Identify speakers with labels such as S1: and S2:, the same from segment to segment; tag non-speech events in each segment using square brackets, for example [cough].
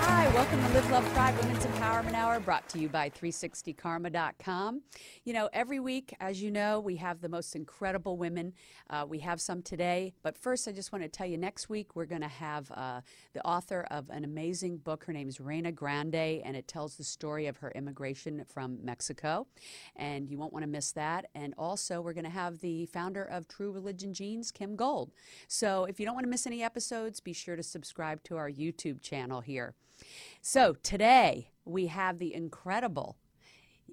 S1: Hi, welcome to Live, Love, Thrive Women's Empowerment Hour, brought to you by 360karma.com. You know, every week, as you know, we have the most incredible women. Uh, we have some today, but first, I just want to tell you next week we're going to have uh, the author of an amazing book. Her name's Reina Grande, and it tells the story of her immigration from Mexico. And you won't want to miss that. And also, we're going to have the founder of True Religion Jeans, Kim Gold. So if you don't want to miss any episodes, be sure to subscribe to our YouTube channel here. So today we have the incredible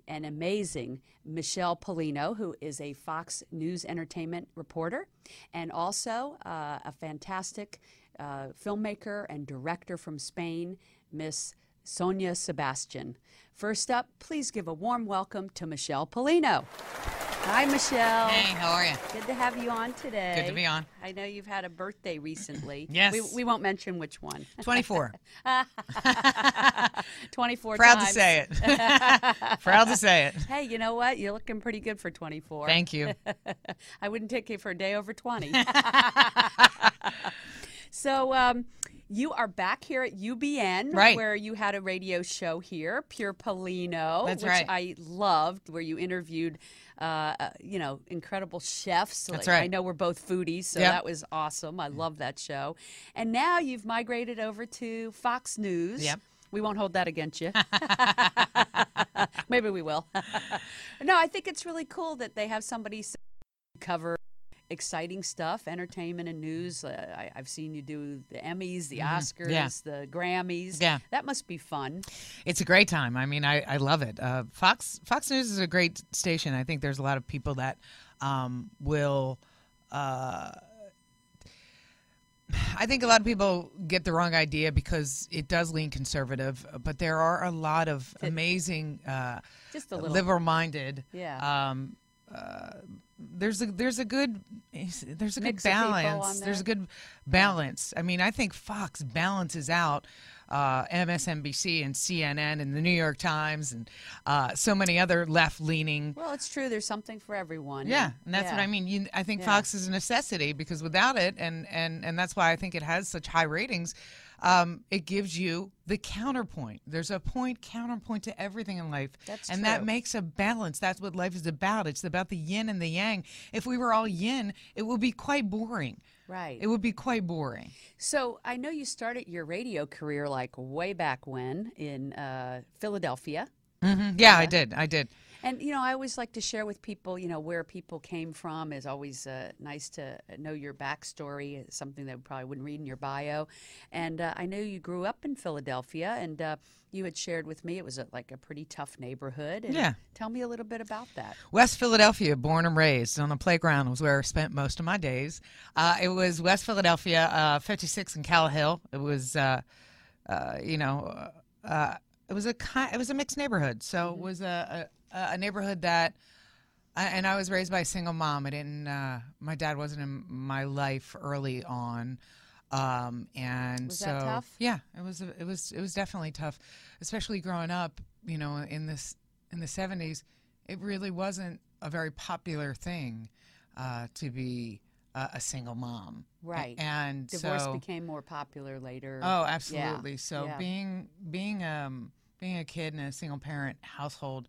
S1: and amazing Michelle Polino, who is a Fox News Entertainment reporter and also uh, a fantastic uh, filmmaker and director from Spain, Miss Sonia Sebastian. First up, please give a warm welcome to Michelle Polino. Hi, Michelle.
S2: Hey, how are you?
S1: Good to have you on today.
S2: Good to
S1: [laughs]
S2: be on.
S1: I know you've had a birthday recently.
S2: Yes.
S1: We, we won't mention which one. [laughs]
S2: 24.
S1: 24
S2: Proud
S1: times.
S2: to
S1: [laughs]
S2: say it. Proud to say it.
S1: Hey, you know what? You're looking pretty good for 24. [laughs]
S2: Thank you.
S1: I wouldn't take it for a day over
S2: [laughs]
S1: 20. so, um, you are back here at UBN,
S2: Right.
S1: where you had a radio show here, Pure Polino,
S2: That's
S1: which
S2: right.
S1: I loved, where you interviewed, uh, uh, you know, incredible chefs.
S2: That's
S1: Like, I
S2: right.
S1: know we're both foodies, so
S2: Yep.
S1: that was awesome. I love that show. And now you've migrated over to Fox News.
S2: Yep.
S1: We won't hold that against
S2: [laughs]
S1: you. [laughs] Maybe we will. [laughs] no, I think it's really cool that they have somebody s- cover exciting stuff, entertainment and news. Uh, I, I've seen you do the Emmys, the Oscars,
S2: Mm-hmm. Yeah.
S1: the Grammys.
S2: Yeah.
S1: That must be fun.
S2: It's a great time. I mean, I, I love it. Uh, Fox Fox News is a great station. I think there's a lot of people that um, will. Uh, I think a lot of people get the wrong idea because it does lean conservative, but there are a lot of amazing, uh,
S1: Just a little.
S2: liberal-minded.
S1: Yeah.
S2: Um, uh, there's a there's a good [laughs] there's a good
S1: Mix of people on
S2: balance. There's a
S1: there.
S2: good balance. I mean, I think Fox balances out uh, MSNBC and CNN and the New York Times and uh, so many other left-leaning.
S1: well, it's true. There's something for everyone.
S2: Yeah, and that's what
S1: Mm-hmm. yeah.
S2: I mean. You, I think Fox is a necessity because without it, and and and that's why I think it has such high ratings. Um, it gives you the counterpoint. There's a point counterpoint to everything in life,
S1: That's
S2: and that
S1: true.
S2: makes a balance. That's what life is about. It's about the yin and the yang. If we were all yin, it would be quite boring.
S1: Right.
S2: It would be quite boring.
S1: So I know you started your radio career like way back when in uh, Philadelphia.
S2: Mhm. Yeah, I did. I did.
S1: And you know, I always like to share with people, you know, where people came from is always uh, nice to know your backstory. It's something that we probably wouldn't read in your bio. And uh, I know you grew up in Philadelphia, and uh, you had shared with me it was a, like a pretty tough neighborhood. And
S2: Yeah.
S1: Tell me a little bit about that.
S2: West Philadelphia, born and raised on the playground was where I spent most of my days. Uh, it was West Philadelphia, uh, 56 and Callahill. It was, uh, uh, you know, uh, it was a ki- it was a mixed neighborhood. So
S1: Mm-hmm.
S2: it was a, a, a neighborhood that, I- and I was raised by a single mom. I didn't. Uh, my dad wasn't in my life early on, um, and
S1: Was
S2: so
S1: that tough?
S2: yeah, it was. It was. It was definitely tough, especially growing up. You know, in this in the seventies, it really wasn't a very popular thing uh, to be uh, a single mom.
S1: Right.
S2: And
S1: Divorce
S2: so,
S1: became more popular later.
S2: Oh, absolutely. So
S1: yeah.
S2: being being um being a kid in a single parent household,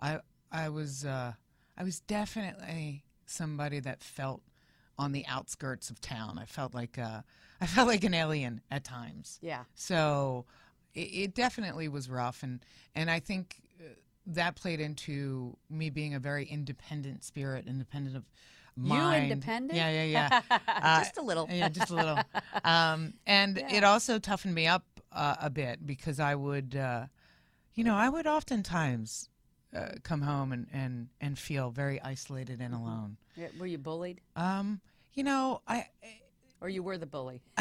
S2: I I was uh I was definitely somebody that felt on the outskirts of town. I felt like uh I felt like an alien at times.
S1: Yeah.
S2: So it, it definitely was rough, and and I think uh, that played into me being a very independent spirit, independent of mind.
S1: independent?
S2: Yeah,
S1: [laughs]
S2: yeah, yeah. Uh,
S1: Just a [laughs] little.
S2: Yeah, just a little. Um, and it also toughened me up uh, a bit because I would, uh, you know, I would oftentimes. Uh, come home and, and,
S1: Mm-hmm.
S2: and feel very isolated and alone.
S1: Yeah, Were you bullied? [laughs]
S2: Um, you know, I
S1: or you were the bully. [laughs]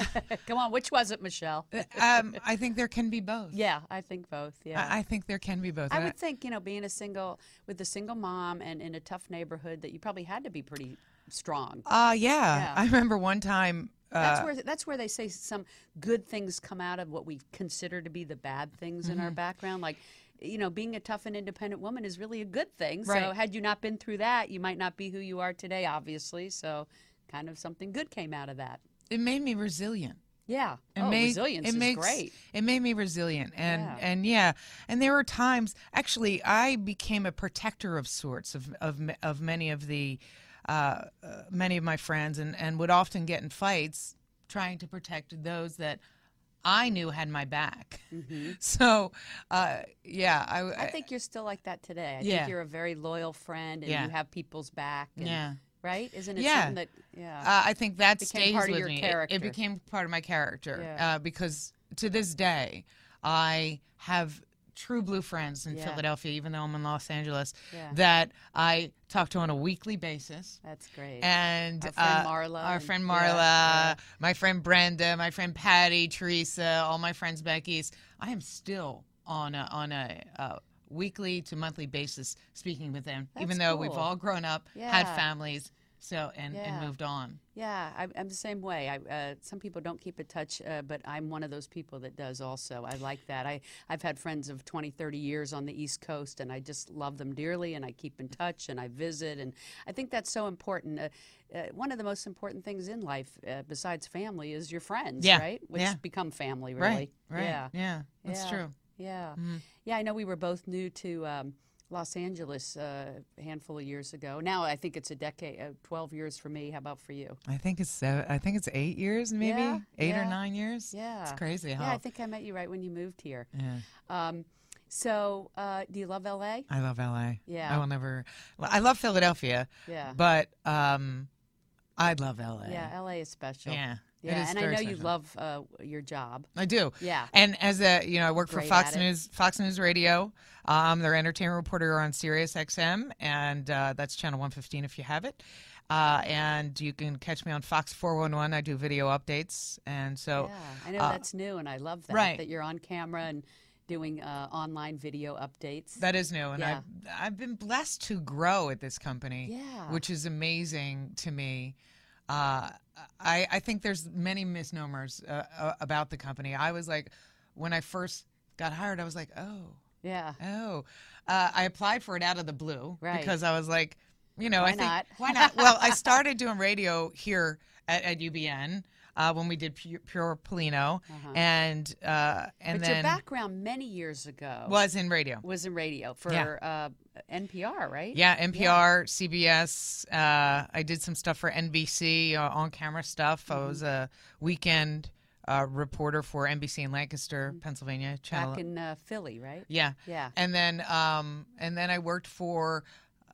S1: Come on, which was it,
S2: [laughs]
S1: Michelle?
S2: um, I think there can be both.
S1: Yeah, I think both. Yeah.
S2: I, I think there can be both.
S1: I
S2: And
S1: would think, you know, being a single with a single mom and in a tough neighborhood that you probably had to be pretty strong.
S2: Uh, yeah.
S1: Yeah.
S2: I remember one time. Uh,
S1: That's where that's where they say some good things come out of what we consider to be the bad things in
S2: Mm-hmm.
S1: our background. Like, you know, being a tough and independent woman is really a good thing. So
S2: Right.
S1: had you not been through that, you might not be who you are today, obviously. So kind of something good came out of that.
S2: it made me resilient.
S1: Yeah.
S2: It
S1: oh,
S2: made-
S1: resilience
S2: it
S1: is
S2: makes-
S1: great.
S2: It made me resilient, and
S1: Yeah.
S2: and yeah, and there were times. Actually, I became a protector of sorts of of ma- of many of the uh, uh, many of my friends, and and would often get in fights trying to protect those that I knew had my back. [laughs] So, uh, yeah, I,
S1: Mm-hmm. I think you're still like that today. I
S2: Yeah.
S1: think you're a very loyal friend and
S2: Yeah.
S1: you have people's back. And,
S2: Yeah.
S1: Right? Isn't it
S2: Yeah.
S1: something that yeah.
S2: Uh, I think that
S1: became
S2: stays
S1: part of
S2: with
S1: your
S2: me. It-
S1: character.
S2: It, became part of my character
S1: Yeah.
S2: uh, because to this day, I have true blue friends in
S1: Yeah.
S2: Philadelphia, even though I'm in Los Angeles,
S1: Yeah.
S2: that I talk to on a weekly basis.
S1: That's great.
S2: And
S1: Our friend
S2: uh,
S1: Marla
S2: our
S1: and-
S2: friend
S1: yeah,
S2: Marla,
S1: yeah.
S2: my friend Brenda, my friend Patty, Teresa, all my friends back east. I am still on a, on a uh, weekly to monthly basis speaking with them, even
S1: That's
S2: though we've
S1: cool.
S2: all grown up, had
S1: Yeah.
S2: families, so and,
S1: Yeah.
S2: and moved on.
S1: yeah, I, I'm the same way. I, uh, some people don't keep in touch, uh, but I'm one of those people that does also. I like that. I, I've had friends of 20, 30 years on the East Coast, and I just love them dearly, and I keep in touch, and I visit. And I think that's so important. Uh, uh, one of the most important things in life, uh, besides family, is your friends,
S2: Yeah,
S1: right? Which
S2: yeah.
S1: become family, really.
S2: Right. Right.
S1: Yeah.
S2: Yeah. that's
S1: Yeah,
S2: true.
S1: Yeah.
S2: Mm-hmm.
S1: Yeah, I know we were both new to um, Los Angeles uh, a handful of years ago. Now I think it's a decade, uh, 12 years for me. How about for you?
S2: I think it's seven, I think it's eight years, maybe
S1: Yeah,
S2: eight
S1: yeah.
S2: or nine years.
S1: Yeah.
S2: it's crazy how.
S1: Yeah, I think I met you right when you moved here.
S2: yeah.
S1: Um, so, uh, do you love LA?
S2: I love LA.
S1: Yeah.
S2: I will never. well, I love Philadelphia,
S1: Yeah.
S2: but um, I love LA.
S1: Yeah, LA is special.
S2: Yeah. it
S1: Yeah,
S2: is
S1: and I
S2: very
S1: know you
S2: special.
S1: love uh, your job.
S2: I do.
S1: Yeah.
S2: And as a, you know, I work for
S1: Great
S2: Fox
S1: at it.
S2: News, Fox News Radio. Um, their entertainment reporter on Sirius XM, and uh, that's channel 115 if you have it. Uh, and you can catch me on Fox 411. I do video updates, and so uh,
S1: Yeah, I know that's new, and I love that
S2: right.
S1: that you're on camera and doing uh, online video updates.
S2: That is new, and I've I've been blessed to grow at this company,
S1: Yeah.
S2: which is amazing to me. Uh, I I think there's many misnomers uh, uh, about the company. I was like, when I first got hired, I was like, oh,
S1: yeah,
S2: oh, uh, I applied for it out of the blue
S1: Right.
S2: because I was like, you know,
S1: Why
S2: I think
S1: not?
S2: [laughs] why not? Well,
S1: [laughs]
S2: I started doing radio here at, at UBN. Uh, when we did Pure, Pure Polino, and uh, and
S1: Uh-huh. but
S2: then
S1: your background many years ago
S2: was in radio.
S1: was in radio for uh, NPR, right?
S2: Yeah, NPR, CBS. Uh, I did some stuff for NBC, uh, on camera stuff. I
S1: Mm-hmm.
S2: was a weekend uh, reporter for NBC in Lancaster, Pennsylvania.
S1: Mm-hmm.
S2: Channel.
S1: back in uh, Philly, right?
S2: yeah.
S1: Yeah.
S2: And then, um, and then I worked for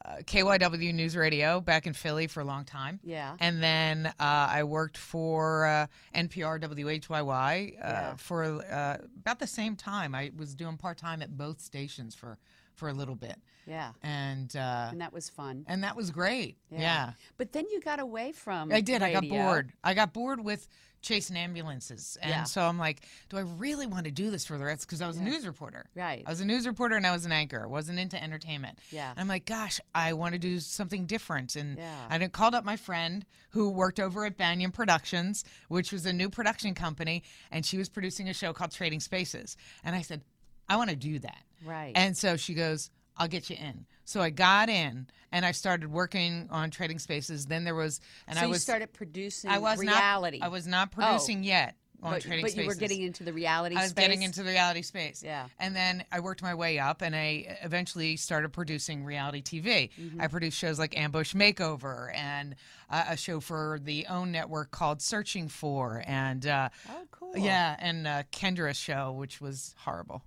S2: uh, KYW News Radio back in Philly for a long time.
S1: Yeah.
S2: And then uh, I worked for uh, NPR WHYY uh, for uh, about the same time. I was doing part time at both stations for for a little bit.
S1: Yeah.
S2: And uh,
S1: And that was fun.
S2: and that was great. Yeah.
S1: But then you got away from
S2: I did. I got
S1: radio.
S2: bored. I got bored with chasing ambulances. And
S1: Yeah.
S2: so I'm like, do I really want to do this for the rest? Because I was a news reporter.
S1: Right.
S2: I was a news reporter and I was an anchor. I wasn't into entertainment.
S1: Yeah.
S2: I'm like, gosh, I want to do something different. And
S1: Yeah.
S2: I done called up my friend who worked over at Banyan Productions, which was a new production company, and she was producing a show called Trading Spaces. And I said, I want to do that.
S1: Right.
S2: And so she goes, I'll get you in. So I got in and I started working on Trading Spaces. Then there was, and
S1: so
S2: I
S1: you
S2: was,
S1: started producing
S2: I was
S1: reality.
S2: not, I was not
S1: Oh.
S2: producing yet on
S1: but,
S2: Trading
S1: but
S2: Spaces.
S1: you were getting into the reality
S2: I was
S1: space.
S2: getting into the reality space.
S1: Yeah.
S2: And then I worked my way up and I eventually started producing reality TV.
S1: Mm-hmm.
S2: I produced shows like Ambush Makeover and uh, a show for the OWN network called Searching For and uh,
S1: Oh, cool.
S2: yeah, and uh, Kendra's show, which was
S1: [laughs]
S2: horrible.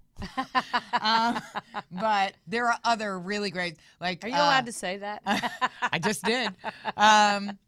S2: um, but there are other really great like
S1: Are you
S2: uh,
S1: allowed to say that?
S2: [laughs]
S1: [laughs]
S2: I just did. Um,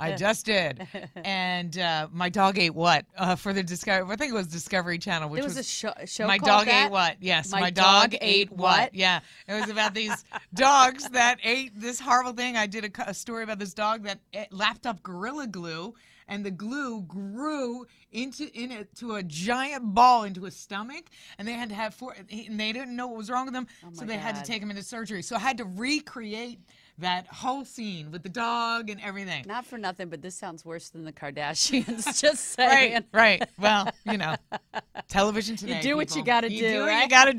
S2: I just
S1: [laughs]
S2: did, and uh, my dog ate what uh, for the discovery. I think it was Discovery Channel, which
S1: there was, a show, a show
S2: my
S1: called
S2: dog
S1: that?
S2: ate what? Yes,
S1: My
S2: my,
S1: dog
S2: dog,
S1: ate
S2: ate
S1: what?
S2: what? Yeah, it was
S1: [laughs]
S2: about these dogs that ate this horrible thing. I did a, co- a story about this dog that ate, lapped up gorilla glue and the glue grew into in a, to a giant ball into his stomach, and they had to have four, and they didn't know what was wrong with him, so they had to
S1: Oh God.
S2: take him into surgery. So I had to recreate that whole scene with the dog and everything.
S1: Not for nothing, but this sounds worse than the Kardashians. [laughs] Just saying.
S2: [laughs] Right, right. Well, you know, television today.
S1: do what you
S2: people.
S1: gotta do,
S2: what you
S1: right?
S2: got to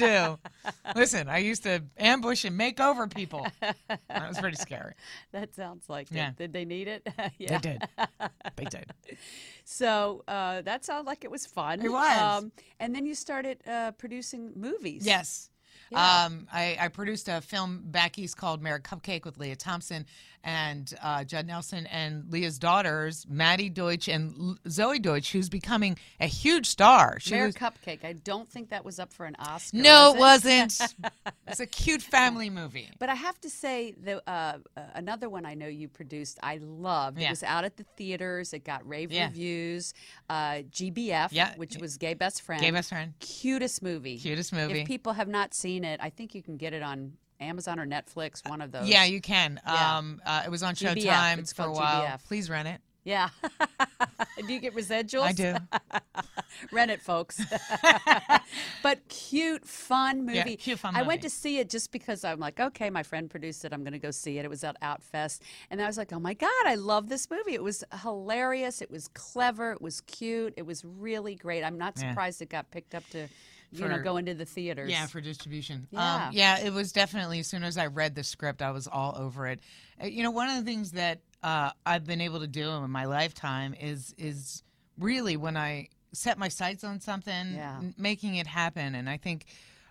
S1: [laughs]
S2: do. Listen, I used to ambush and make over people. That was pretty scary.
S1: [laughs] That sounds like
S2: Yeah.
S1: it. Did they need it? [laughs] yeah.
S2: They did.
S1: [laughs]
S2: They did.
S1: So uh, that sounded like it was fun. um,
S2: It was.
S1: and then you started uh, producing movies.
S2: Yes. Um, I, I produced a film back east called Mary Cupcake with Leah Thompson and uh, Judd Nelson and Leah's daughters, Maddie Deutsch and L- Zoe Deutsch, who's becoming a huge star. She
S1: Bear
S2: was-
S1: Cupcake. I don't think that was up for an Oscar.
S2: no,
S1: was
S2: it wasn't.
S1: [laughs]
S2: it's a cute family movie.
S1: But I have to say, the uh, uh, another one I know you produced, I loved. It
S2: Yeah.
S1: was out at the theaters. It got rave
S2: Yeah.
S1: reviews. Uh, GBF,
S2: Yeah.
S1: which was Gay Best Friend.
S2: Gave us friend.
S1: cutest movie.
S2: Cutest movie.
S1: If people have not seen it, I think you can get it on Amazon or Netflix. One of those.
S2: Uh, Yeah, you can.
S1: Yeah.
S2: Um, uh, it was on
S1: GBF.
S2: Showtime
S1: It's
S2: for a
S1: called
S2: while.
S1: GBF.
S2: Please rent it.
S1: Yeah. [laughs] do you get residuals?
S2: I
S1: [laughs]
S2: do.
S1: Rent it, folks. [laughs] but cute, fun movie.
S2: Yeah, cute, fun
S1: I went to
S2: movie.
S1: see it just because I'm like, okay, my friend produced it. I'm going to go see it. It was at Outfest. And I was like, oh my God, I love this movie. It was hilarious. It was clever. It was cute. It was really great. I'm not
S2: Yeah.
S1: surprised it got picked up to, you know,
S2: For-
S1: go into the theaters.
S2: Yeah, for distribution.
S1: Yeah.
S2: Um, yeah, it was definitely, as soon as I read the script, I was all over it. Uh, You know, one of the things that uh, I've been able to do in my lifetime is is really when I set my sights on something,
S1: Yeah.
S2: n- making it happen. And I think.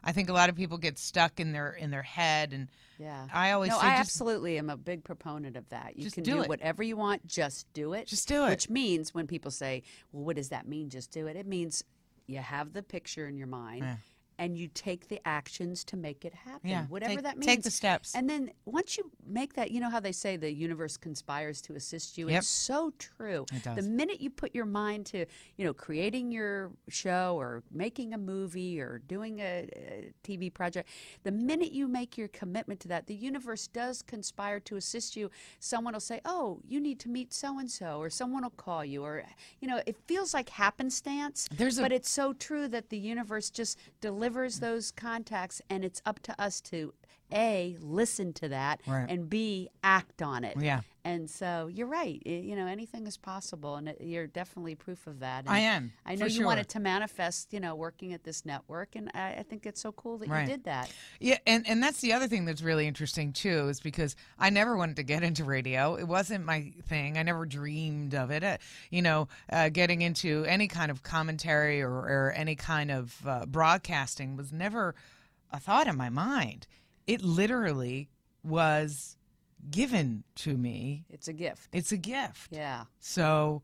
S2: I think a lot of people get stuck in their in their head, and
S1: yeah.
S2: I always
S1: no,
S2: say
S1: I
S2: just,
S1: absolutely am a big proponent of that. You
S2: Just
S1: can
S2: do
S1: do,
S2: it.
S1: whatever you want, just do it.
S2: Just do it.
S1: Which means when people say, well, what does that mean, just do it? It means you have the picture in your mind and you take the actions to make it happen,
S2: Yeah,
S1: whatever
S2: take-
S1: that means.
S2: take the steps.
S1: And then once you make that, you know how they say the universe conspires to assist you?
S2: Yep.
S1: It's so true.
S2: It
S1: The
S2: does.
S1: minute you put your mind to, you know, creating your show or making a movie or doing a, a TV project, the minute you make your commitment to that, the universe does conspire to assist you. Someone will say, "Oh, you need to meet so and so," or someone will call you, or you know, it feels like happenstance.
S2: There's a-
S1: but it's so true that the universe just delivers those contacts, and it's up to us to a listen to that
S2: Right.
S1: and b act on it.
S2: Yeah.
S1: And so you're right. I- You know, anything is possible, and it- you're definitely proof of that.
S2: I
S1: And
S2: am,
S1: I know
S2: for
S1: you wanted
S2: sure.
S1: to manifest. You know, working at this network, and I, I think it's so cool that
S2: Right.
S1: you did that.
S2: Yeah, and, and that's the other thing that's really interesting too, is because I never wanted to get into radio. It wasn't my thing. I never dreamed of it. Uh, you know, uh, getting into any kind of commentary or, or any kind of uh, broadcasting was never a thought in my mind. It literally was given to me.
S1: It's a gift.
S2: It's a gift.
S1: Yeah.
S2: So,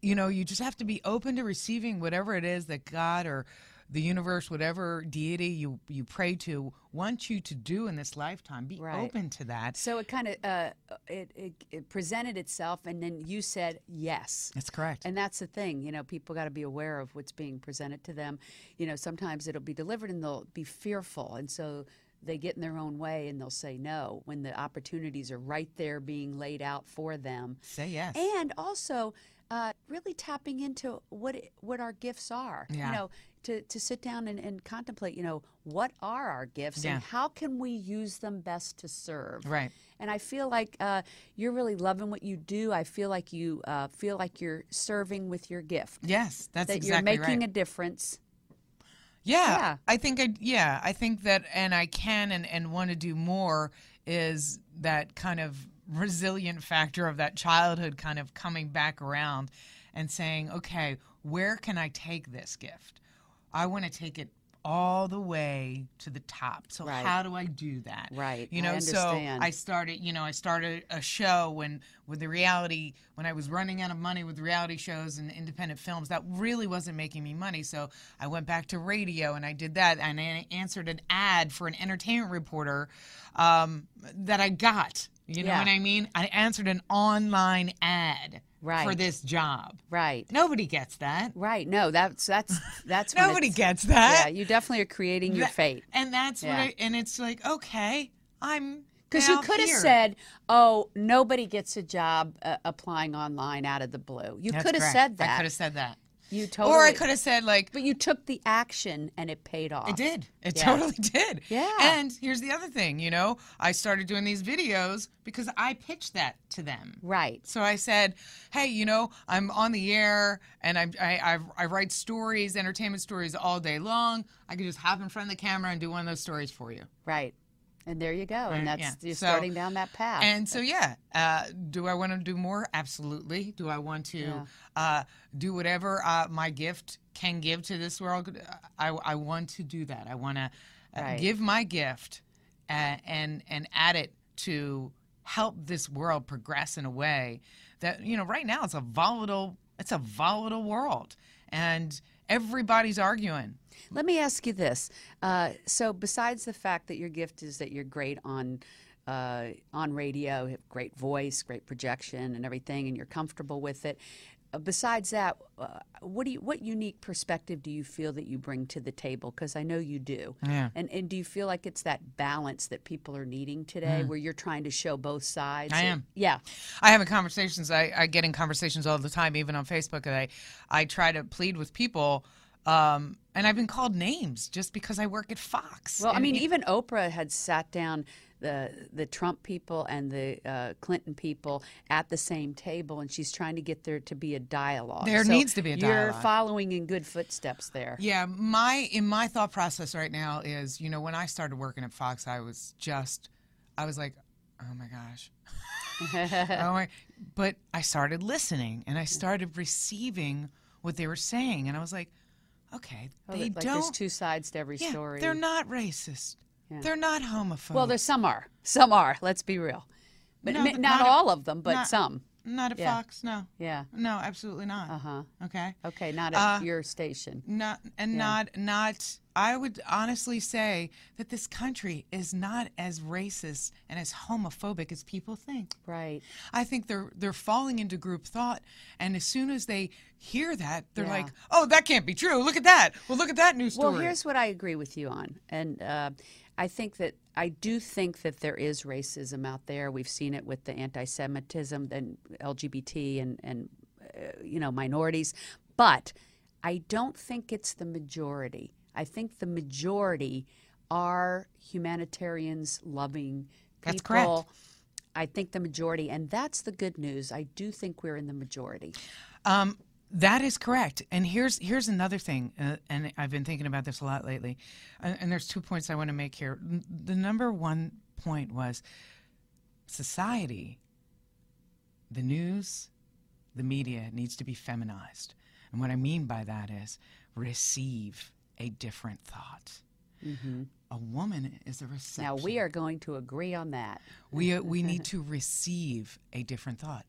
S2: you know, you just have to be open to receiving whatever it is that God or the universe, whatever deity you, you pray to, wants you to do in this lifetime. Be
S1: Right.
S2: open to that.
S1: So it kind of uh, it, it it presented itself, and then you said yes.
S2: That's correct.
S1: And that's the thing, you know, people got to be aware of what's being presented to them. You know, sometimes it'll be delivered and they'll be fearful. And so they get in their own way and they'll say no when the opportunities are right there being laid out for them.
S2: Say yes.
S1: And also, uh, really tapping into what it- what our gifts are.
S2: Yeah.
S1: You know, to, to sit down and, and contemplate, you know, what are our gifts
S2: Yeah.
S1: and how can we use them best to serve?
S2: Right.
S1: And I feel like uh, you're really loving what you do. I feel like you uh, feel like you're serving with your gift.
S2: yes, that's
S1: that
S2: exactly
S1: you're making
S2: right.
S1: a difference.
S2: Yeah,
S1: Yeah.
S2: I think I yeah, I think that and I can and and want to do more is that kind of resilient factor of that childhood kind of coming back around and saying, "Okay, where can I take this gift? I want to take it all the way to the top. So
S1: Right.
S2: how do I do that?"
S1: Right,
S2: You
S1: I
S2: know, so
S1: understand.
S2: I started, you know, I started a show when with the reality when I was running out of money with reality shows and independent films that really wasn't making me money. So I went back to radio and I did that and I answered an ad for an entertainment reporter um, that I got. You know
S1: Yeah.
S2: what I mean? I answered an online ad for
S1: Right.
S2: this job.
S1: Right.
S2: Nobody gets that.
S1: Right. No, that's
S2: [laughs]
S1: that's that's when
S2: Nobody
S1: it's-
S2: gets
S1: Yeah,
S2: that.
S1: you definitely are creating your
S2: That-
S1: fate.
S2: And that's
S1: Yeah.
S2: what I, and it's like, okay, I'm
S1: Because you
S2: Now
S1: could have
S2: here.
S1: said, "Oh, nobody gets a job uh, applying online out of the blue." You
S2: That's
S1: could have
S2: correct.
S1: said that.
S2: I could have said that.
S1: You totally.
S2: Or I could have said like
S1: But you took the action, and it paid off.
S2: It did. It
S1: Yeah.
S2: totally [laughs] did.
S1: Yeah.
S2: And here's the other thing, you know, I started doing these videos because I pitched that to them.
S1: Right.
S2: So I said, "Hey, you know, I'm on the air and I'm, I, I I write stories, entertainment stories all day long. I could just hop in front of the camera and do one of those stories for you."
S1: Right. And there you go. And that's
S2: yeah.
S1: you're
S2: So-
S1: starting down that path.
S2: And so, yeah, uh, do I want to do more? Absolutely. Do I want to
S1: Yeah.
S2: uh, do whatever uh, my gift can give to this world? I, I want to do that. I want to uh,
S1: Right.
S2: give my gift uh, and and add it to help this world progress in a way that you know right now it's a volatile it's a volatile world and everybody's arguing
S1: Let me ask you this. Uh, so, besides the fact that your gift is that you're great on uh, on radio, you have great voice, great projection, and everything, and you're comfortable with it. uh, Besides that, uh, what do you, what unique perspective do you feel that you bring to the table? Because I know you do.
S2: Yeah.
S1: And and do you feel like it's that balance that people are needing today, where you're trying to show both sides?
S2: Mm. I am.
S1: Yeah.
S2: I have in conversations. I, I get in conversations all the time, even on Facebook. And I, I try to plead with people, um, and I've been called names just because I work at Fox.
S1: Well, I
S2: And
S1: mean,
S2: it-
S1: even Oprah had sat down the the Trump people and the uh, Clinton people at the same table, and she's trying to get there to be a dialogue.
S2: There needs to be a
S1: You're
S2: dialogue.
S1: following in good footsteps there.
S2: yeah, my in my thought process right now is, you know, when I started working at Fox, I was just, I was like, oh my gosh,
S1: [laughs]
S2: oh my, but I started listening and I started receiving what they were saying, and I was like, okay,
S1: Oh,
S2: they
S1: like there's
S2: don't.
S1: two sides to every
S2: yeah,
S1: story.
S2: they're not racist. They're not homophobic.
S1: well, there's some are. Some are. Let's be real. But
S2: No,
S1: ma-
S2: but
S1: not,
S2: not a-
S1: all of them, but
S2: not-
S1: some.
S2: Not at
S1: Yeah.
S2: Fox, no.
S1: Yeah.
S2: No, absolutely not.
S1: Uh huh.
S2: Okay.
S1: Okay. Not at
S2: Uh,
S1: your station.
S2: Not and not not I would honestly say that this country is not as racist and as homophobic as people think.
S1: Right.
S2: I think they're they're falling into group thought and as soon as they hear that they're
S1: Yeah.
S2: like, "Oh, that can't be true. Look at that. Well, look at that news story."
S1: Well, here's what I agree with you on, and uh, I think that I do think that there is racism out there. We've seen it with the anti-Semitism and LGBT and and uh, you know minorities, but I don't think it's the majority. I think the majority are humanitarians, loving people.
S2: That's correct.
S1: I think the majority, and that's the good news. I do think we're in the majority.
S2: Um, that is correct. And here's here's another thing, uh, and I've been thinking about this a lot lately. uh, And, and there's two points I want to make here. N- The number one point was society, the news, the media needs to be feminized. And what I mean by that is receive a different thought. A woman is a reception.
S1: Mm-hmm. Now we are going to agree on that.
S2: We uh, we
S1: [laughs]
S2: need to receive a different thought.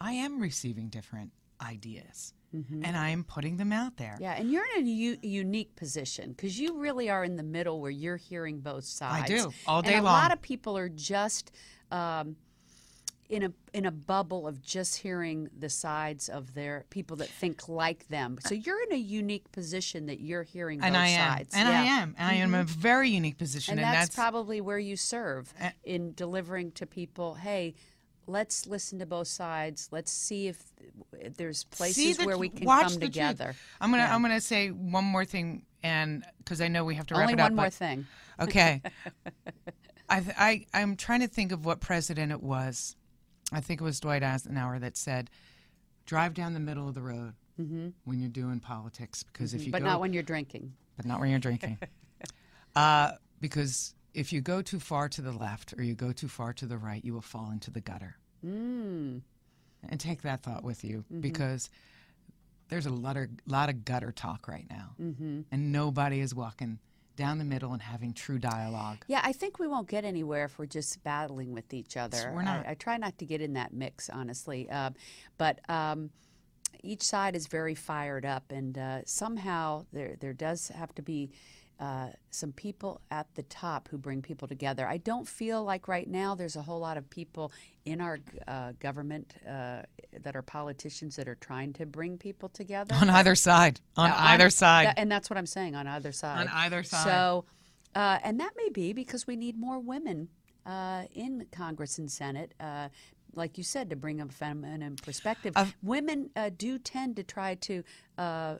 S2: I am receiving different ideas, and I am putting them out there.
S1: Mm-hmm. Yeah, and you're in a u- unique position because you really are in the middle where you're hearing both sides.
S2: do, all
S1: And
S2: day
S1: A
S2: long.
S1: lot of people are just um, in a in a bubble of just hearing the sides of their people that think like them. So you're in a unique position that you're hearing
S2: And
S1: both
S2: I am,
S1: sides.
S2: and I
S1: Yeah. Mm-hmm.
S2: am, and I am in a very unique position,
S1: And
S2: and,
S1: that's,
S2: that's Eh
S1: probably where you serve in delivering to people, hey, let's listen to both sides. Let's see if, if there's
S2: See
S1: places
S2: the
S1: where
S2: tr-
S1: we can
S2: watch
S1: come
S2: the truth.
S1: together.
S2: I'm gonna I'm gonna say one more thing, and because I know we have to wrap
S1: Only
S2: it
S1: one
S2: up.
S1: more
S2: but-
S1: thing. [laughs]
S2: Okay. I, th- I I'm trying to think of what president it was. I think it was Dwight Eisenhower that said, "Drive down the middle of the road when you're doing politics, because if you
S1: Mm-hmm. But
S2: go
S1: not when you're drinking.
S2: but not when you're drinking. uh, because if you go too far to the left or you go too far to the right, you will fall into the gutter. Mm. And take that thought with you because there's a lot of, lot of gutter talk right now. Mm-hmm. And nobody is walking down the middle and having true dialogue.
S1: Yeah, I think we won't get anywhere if we're just battling with each other.
S2: we're not.
S1: I, I try not to get in that mix, honestly. Uh, but um, each side is very fired up, and uh, somehow there there does have to be. Uh, some people at the top who bring people together. I don't feel like right now there's a whole lot of people in our uh, government uh, that are politicians that are trying to bring people together.
S2: On either side. On
S1: Uh,
S2: either side.
S1: That- and that's what I'm saying on either side.
S2: either side.
S1: So, uh, and that may be because we need more women uh, in Congress and Senate. Uh, like you said, to bring a feminine perspective, women uh, do tend to try to uh,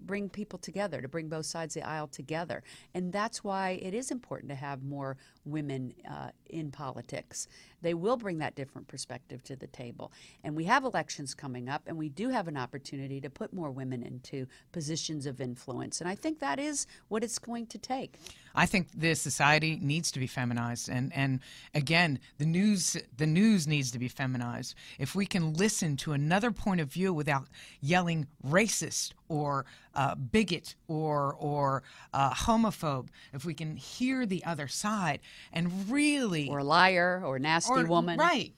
S1: bring people together, to bring both sides of the aisle together. And that's why it is important to have more women uh, in politics. They will bring that different perspective to the table. And we have elections coming up, and we do have an opportunity to put more women into positions of influence. And I think that is what it's going to take.
S2: I think the society needs to be feminized, and and again, the news the news needs to be feminized. If we can listen to another point of view without yelling racist or uh, bigot or or uh, homophobe, if we can hear the other side and really
S1: Or a liar, or a nasty
S2: or-
S1: woman. [laughs]
S2: right?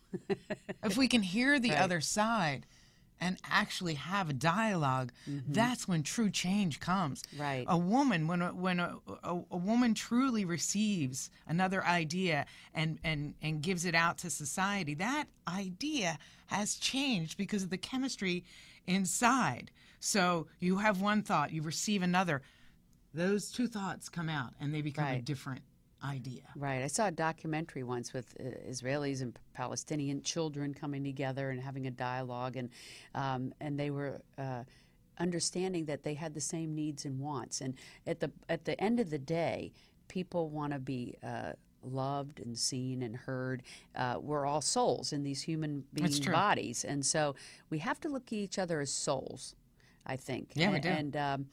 S2: if we can hear the other side. And actually have a dialog That's when true change comes.
S1: Mm-hmm. Right.
S2: A woman, when a, when a, a, a woman truly receives another idea and, and, and gives it out to society, that idea has changed because of the chemistry inside. So you have one thought, you receive another. Those two thoughts come out and they become a
S1: Right.
S2: different idea.
S1: Right. I saw a documentary once with uh, Israelis and Palestinian children coming together and having a dialogue, and um, and they were. Uh, understanding that they had the same needs and wants and at the at the end of the day people want to be uh, loved and seen and heard uh, we're all souls in these human being
S2: true.
S1: bodies and so we have to look at each other as souls i think
S2: Yeah,
S1: and,
S2: we do.
S1: and um,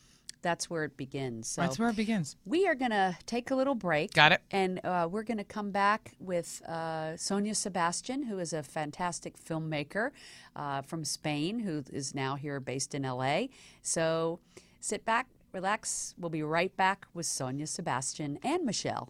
S1: that's where it begins so
S2: That's where it begins.
S1: we are going to take a little break.
S2: Got it.
S1: And uh, we're going to come back with uh, Sonia Sebastian, who is a fantastic filmmaker uh, from Spain, who is now here based in LA. So sit back, relax. We'll be right back with Sonia Sebastian and Michelle.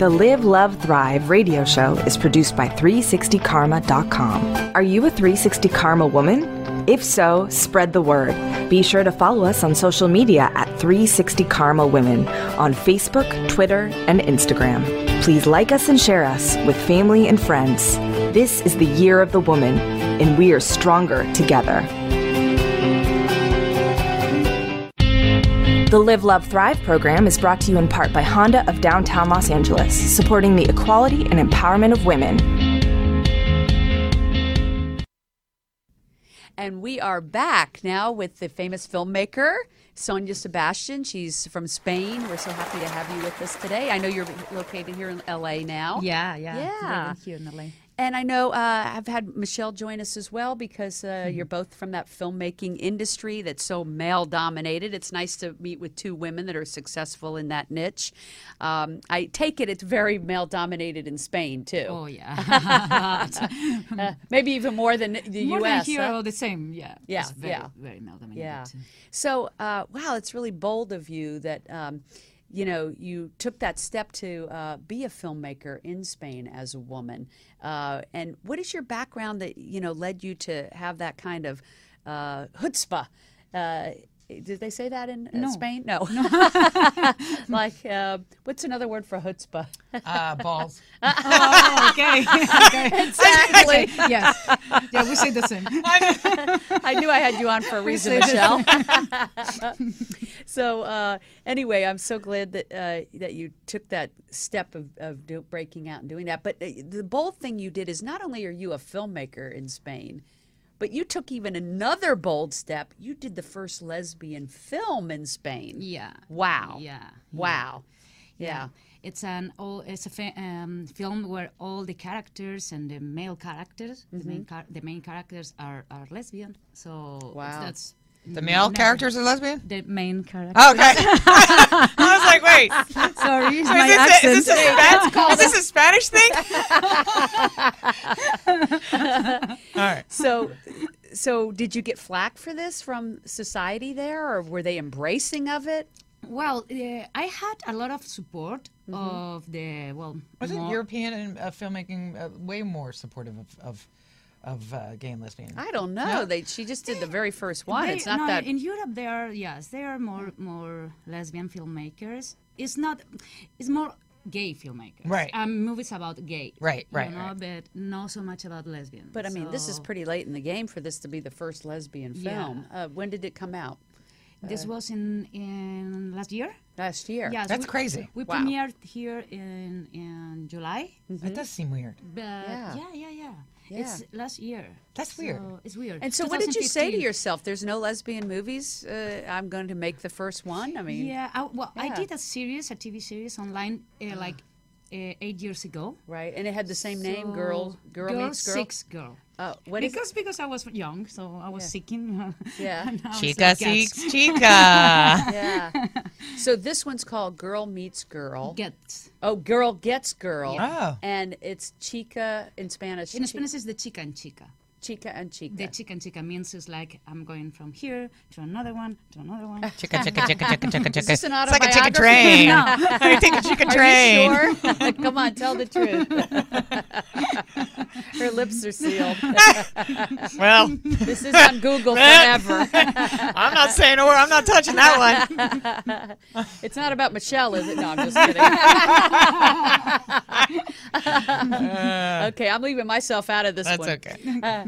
S3: The Live, Love, Thrive radio show is produced by 360karma.com. Are you a 360 Karma woman? If so, spread the word. Be sure to follow us on social media at 360 Karma Women on Facebook, Twitter, and Instagram. Please like us and share us with family and friends. This is the year of the woman, and we are stronger together. The Live, Love, Thrive program is brought to you in part by Honda of downtown Los Angeles, supporting the equality and empowerment of women.
S1: And we are back now with the famous filmmaker, Sonia Sebastian. She's from Spain. We're so happy to have you with us today. I know you're located here in LA now.
S4: Yeah, yeah.
S1: Yeah.
S4: Living here in LA.
S1: And I know uh, I've had Michelle join us as well because uh,
S4: Mm-hmm.
S1: you're both from that filmmaking industry that's so male dominated. It's nice to meet with two women that are successful in that niche. Um, I take it it's very male dominated in Spain too. [laughs]
S4: Oh, yeah. [laughs]
S1: Uh, maybe even more than the
S4: More
S1: U.S.
S4: than here,
S1: huh?
S4: all the same. Yeah.
S1: Yeah,
S4: It's very,
S1: yeah.
S4: Very male dominated.
S1: Yeah. So, uh, wow, it's really bold of you that, um, you know, you took that step to uh, be a filmmaker in Spain as a woman. Uh, and what is your background that, you know, led you to have that kind of uh, chutzpah? Uh, did they say that in uh, Spain? No. [laughs] like, uh, what's another word for chutzpah?
S2: Uh, balls.
S4: Oh,
S2: [laughs]
S4: okay.
S1: [laughs] [laughs]
S4: okay.
S1: Exactly.
S4: yeah. [laughs] Yeah, we say the
S1: [laughs]
S4: same.
S1: I knew I had you on for a reason, Michelle. [laughs] so uh, anyway, I'm so glad that uh, that you took that step of, of do, breaking out and doing that. But uh, the bold thing you did is not only are you a filmmaker in Spain, but you took even another bold step. You did the first lesbian film in Spain.
S4: Yeah.
S1: Wow.
S4: Yeah.
S1: Wow. Yeah.
S4: It's an all. It's a fi- um, film where all the characters and the male characters, the
S1: Mm-hmm.
S4: main char- the main characters are are lesbian. So
S1: Wow.
S4: that's
S2: The male characters are lesbian?
S4: the main character.
S1: Oh.
S2: Okay. [laughs] I was like, wait.
S4: Sorry,
S2: So
S4: my
S2: is, this a,
S4: accent.
S2: is, this a Spanish, is this a Spanish
S1: [laughs]
S2: thing?
S1: [laughs]
S2: All right.
S1: So. So, did you get flack for this from society there, or were they embracing of it?
S4: Well, uh, I had a lot of support
S1: Mm-hmm.
S4: of the well.
S2: Wasn't
S4: more-
S2: European and, uh, filmmaking uh, way more supportive of of, of uh, gay and lesbian?
S1: I don't know. They she just did the very first one.
S4: They-
S1: it's Eh, not
S4: no,
S1: that
S4: in Europe there are yes there are more more lesbian filmmakers. It's not it's more gay filmmakers.
S2: Right.
S4: Um, movies about gay.
S2: Right,
S4: you
S2: right,
S4: know,
S2: right.
S4: But not so much about lesbian.
S1: But I mean, this is
S4: So,
S1: pretty late in the game for this to be the first lesbian
S4: Yeah.
S1: film. Uh, when did it come out?
S4: This was in in last year.
S1: last year.
S4: Yes,
S2: That's
S4: we-
S2: crazy.
S4: We
S1: Wow.
S4: premiered here in in July,
S2: That does seem weird.
S1: Mm-hmm.
S4: but yeah, yeah, yeah. It's last year.
S2: That's weird.
S4: So It's weird.
S1: And so, what did you say to
S4: 2015.
S1: yourself? There's no lesbian movies. Uh, I'm going to make the first one. I mean,
S4: Yeah, I, well, I
S1: Yeah. Mm.
S4: did a series, a TV series online, uh, like uh, eight years ago.
S1: right. And it had the same name, girl,
S4: So,
S1: girl, meets girl.
S4: Six girl.
S1: Oh, what is-
S4: because because I was young, so I was seeking. [laughs]
S1: Yeah.
S4: and I was
S2: Chica
S4: like, yes,
S1: [laughs]
S2: seeks chica.
S1: yeah. [laughs] so this one's called Girl Meets Girl.
S4: Get.
S1: Oh, Girl Gets Girl.
S2: Yeah. Oh.
S1: And it's chica in Spanish.
S4: In
S1: chi-
S4: Spanish, it's the chica and chica.
S1: chica and chica.
S4: The chica and chica means it's like I'm going from here to another one to another
S1: [laughs]
S4: one.
S2: Chica, chica, chica, chica, chica, chica.
S1: this an
S2: It's like a chicken
S1: autobiography?
S2: train. [laughs] I take a chicken train.
S1: Are you
S4: [laughs]
S1: sure? [laughs] Come on, tell the
S2: [laughs]
S1: truth. Her lips are sealed.
S2: Well,
S1: [laughs] This is on Google forever.
S2: I'm not saying a word. I'm not touching that [laughs] one.
S1: It's not about Michelle, is it? No, I'm just kidding.
S2: [laughs]
S1: okay, I'm leaving myself out of this
S2: That's
S1: one.
S2: okay.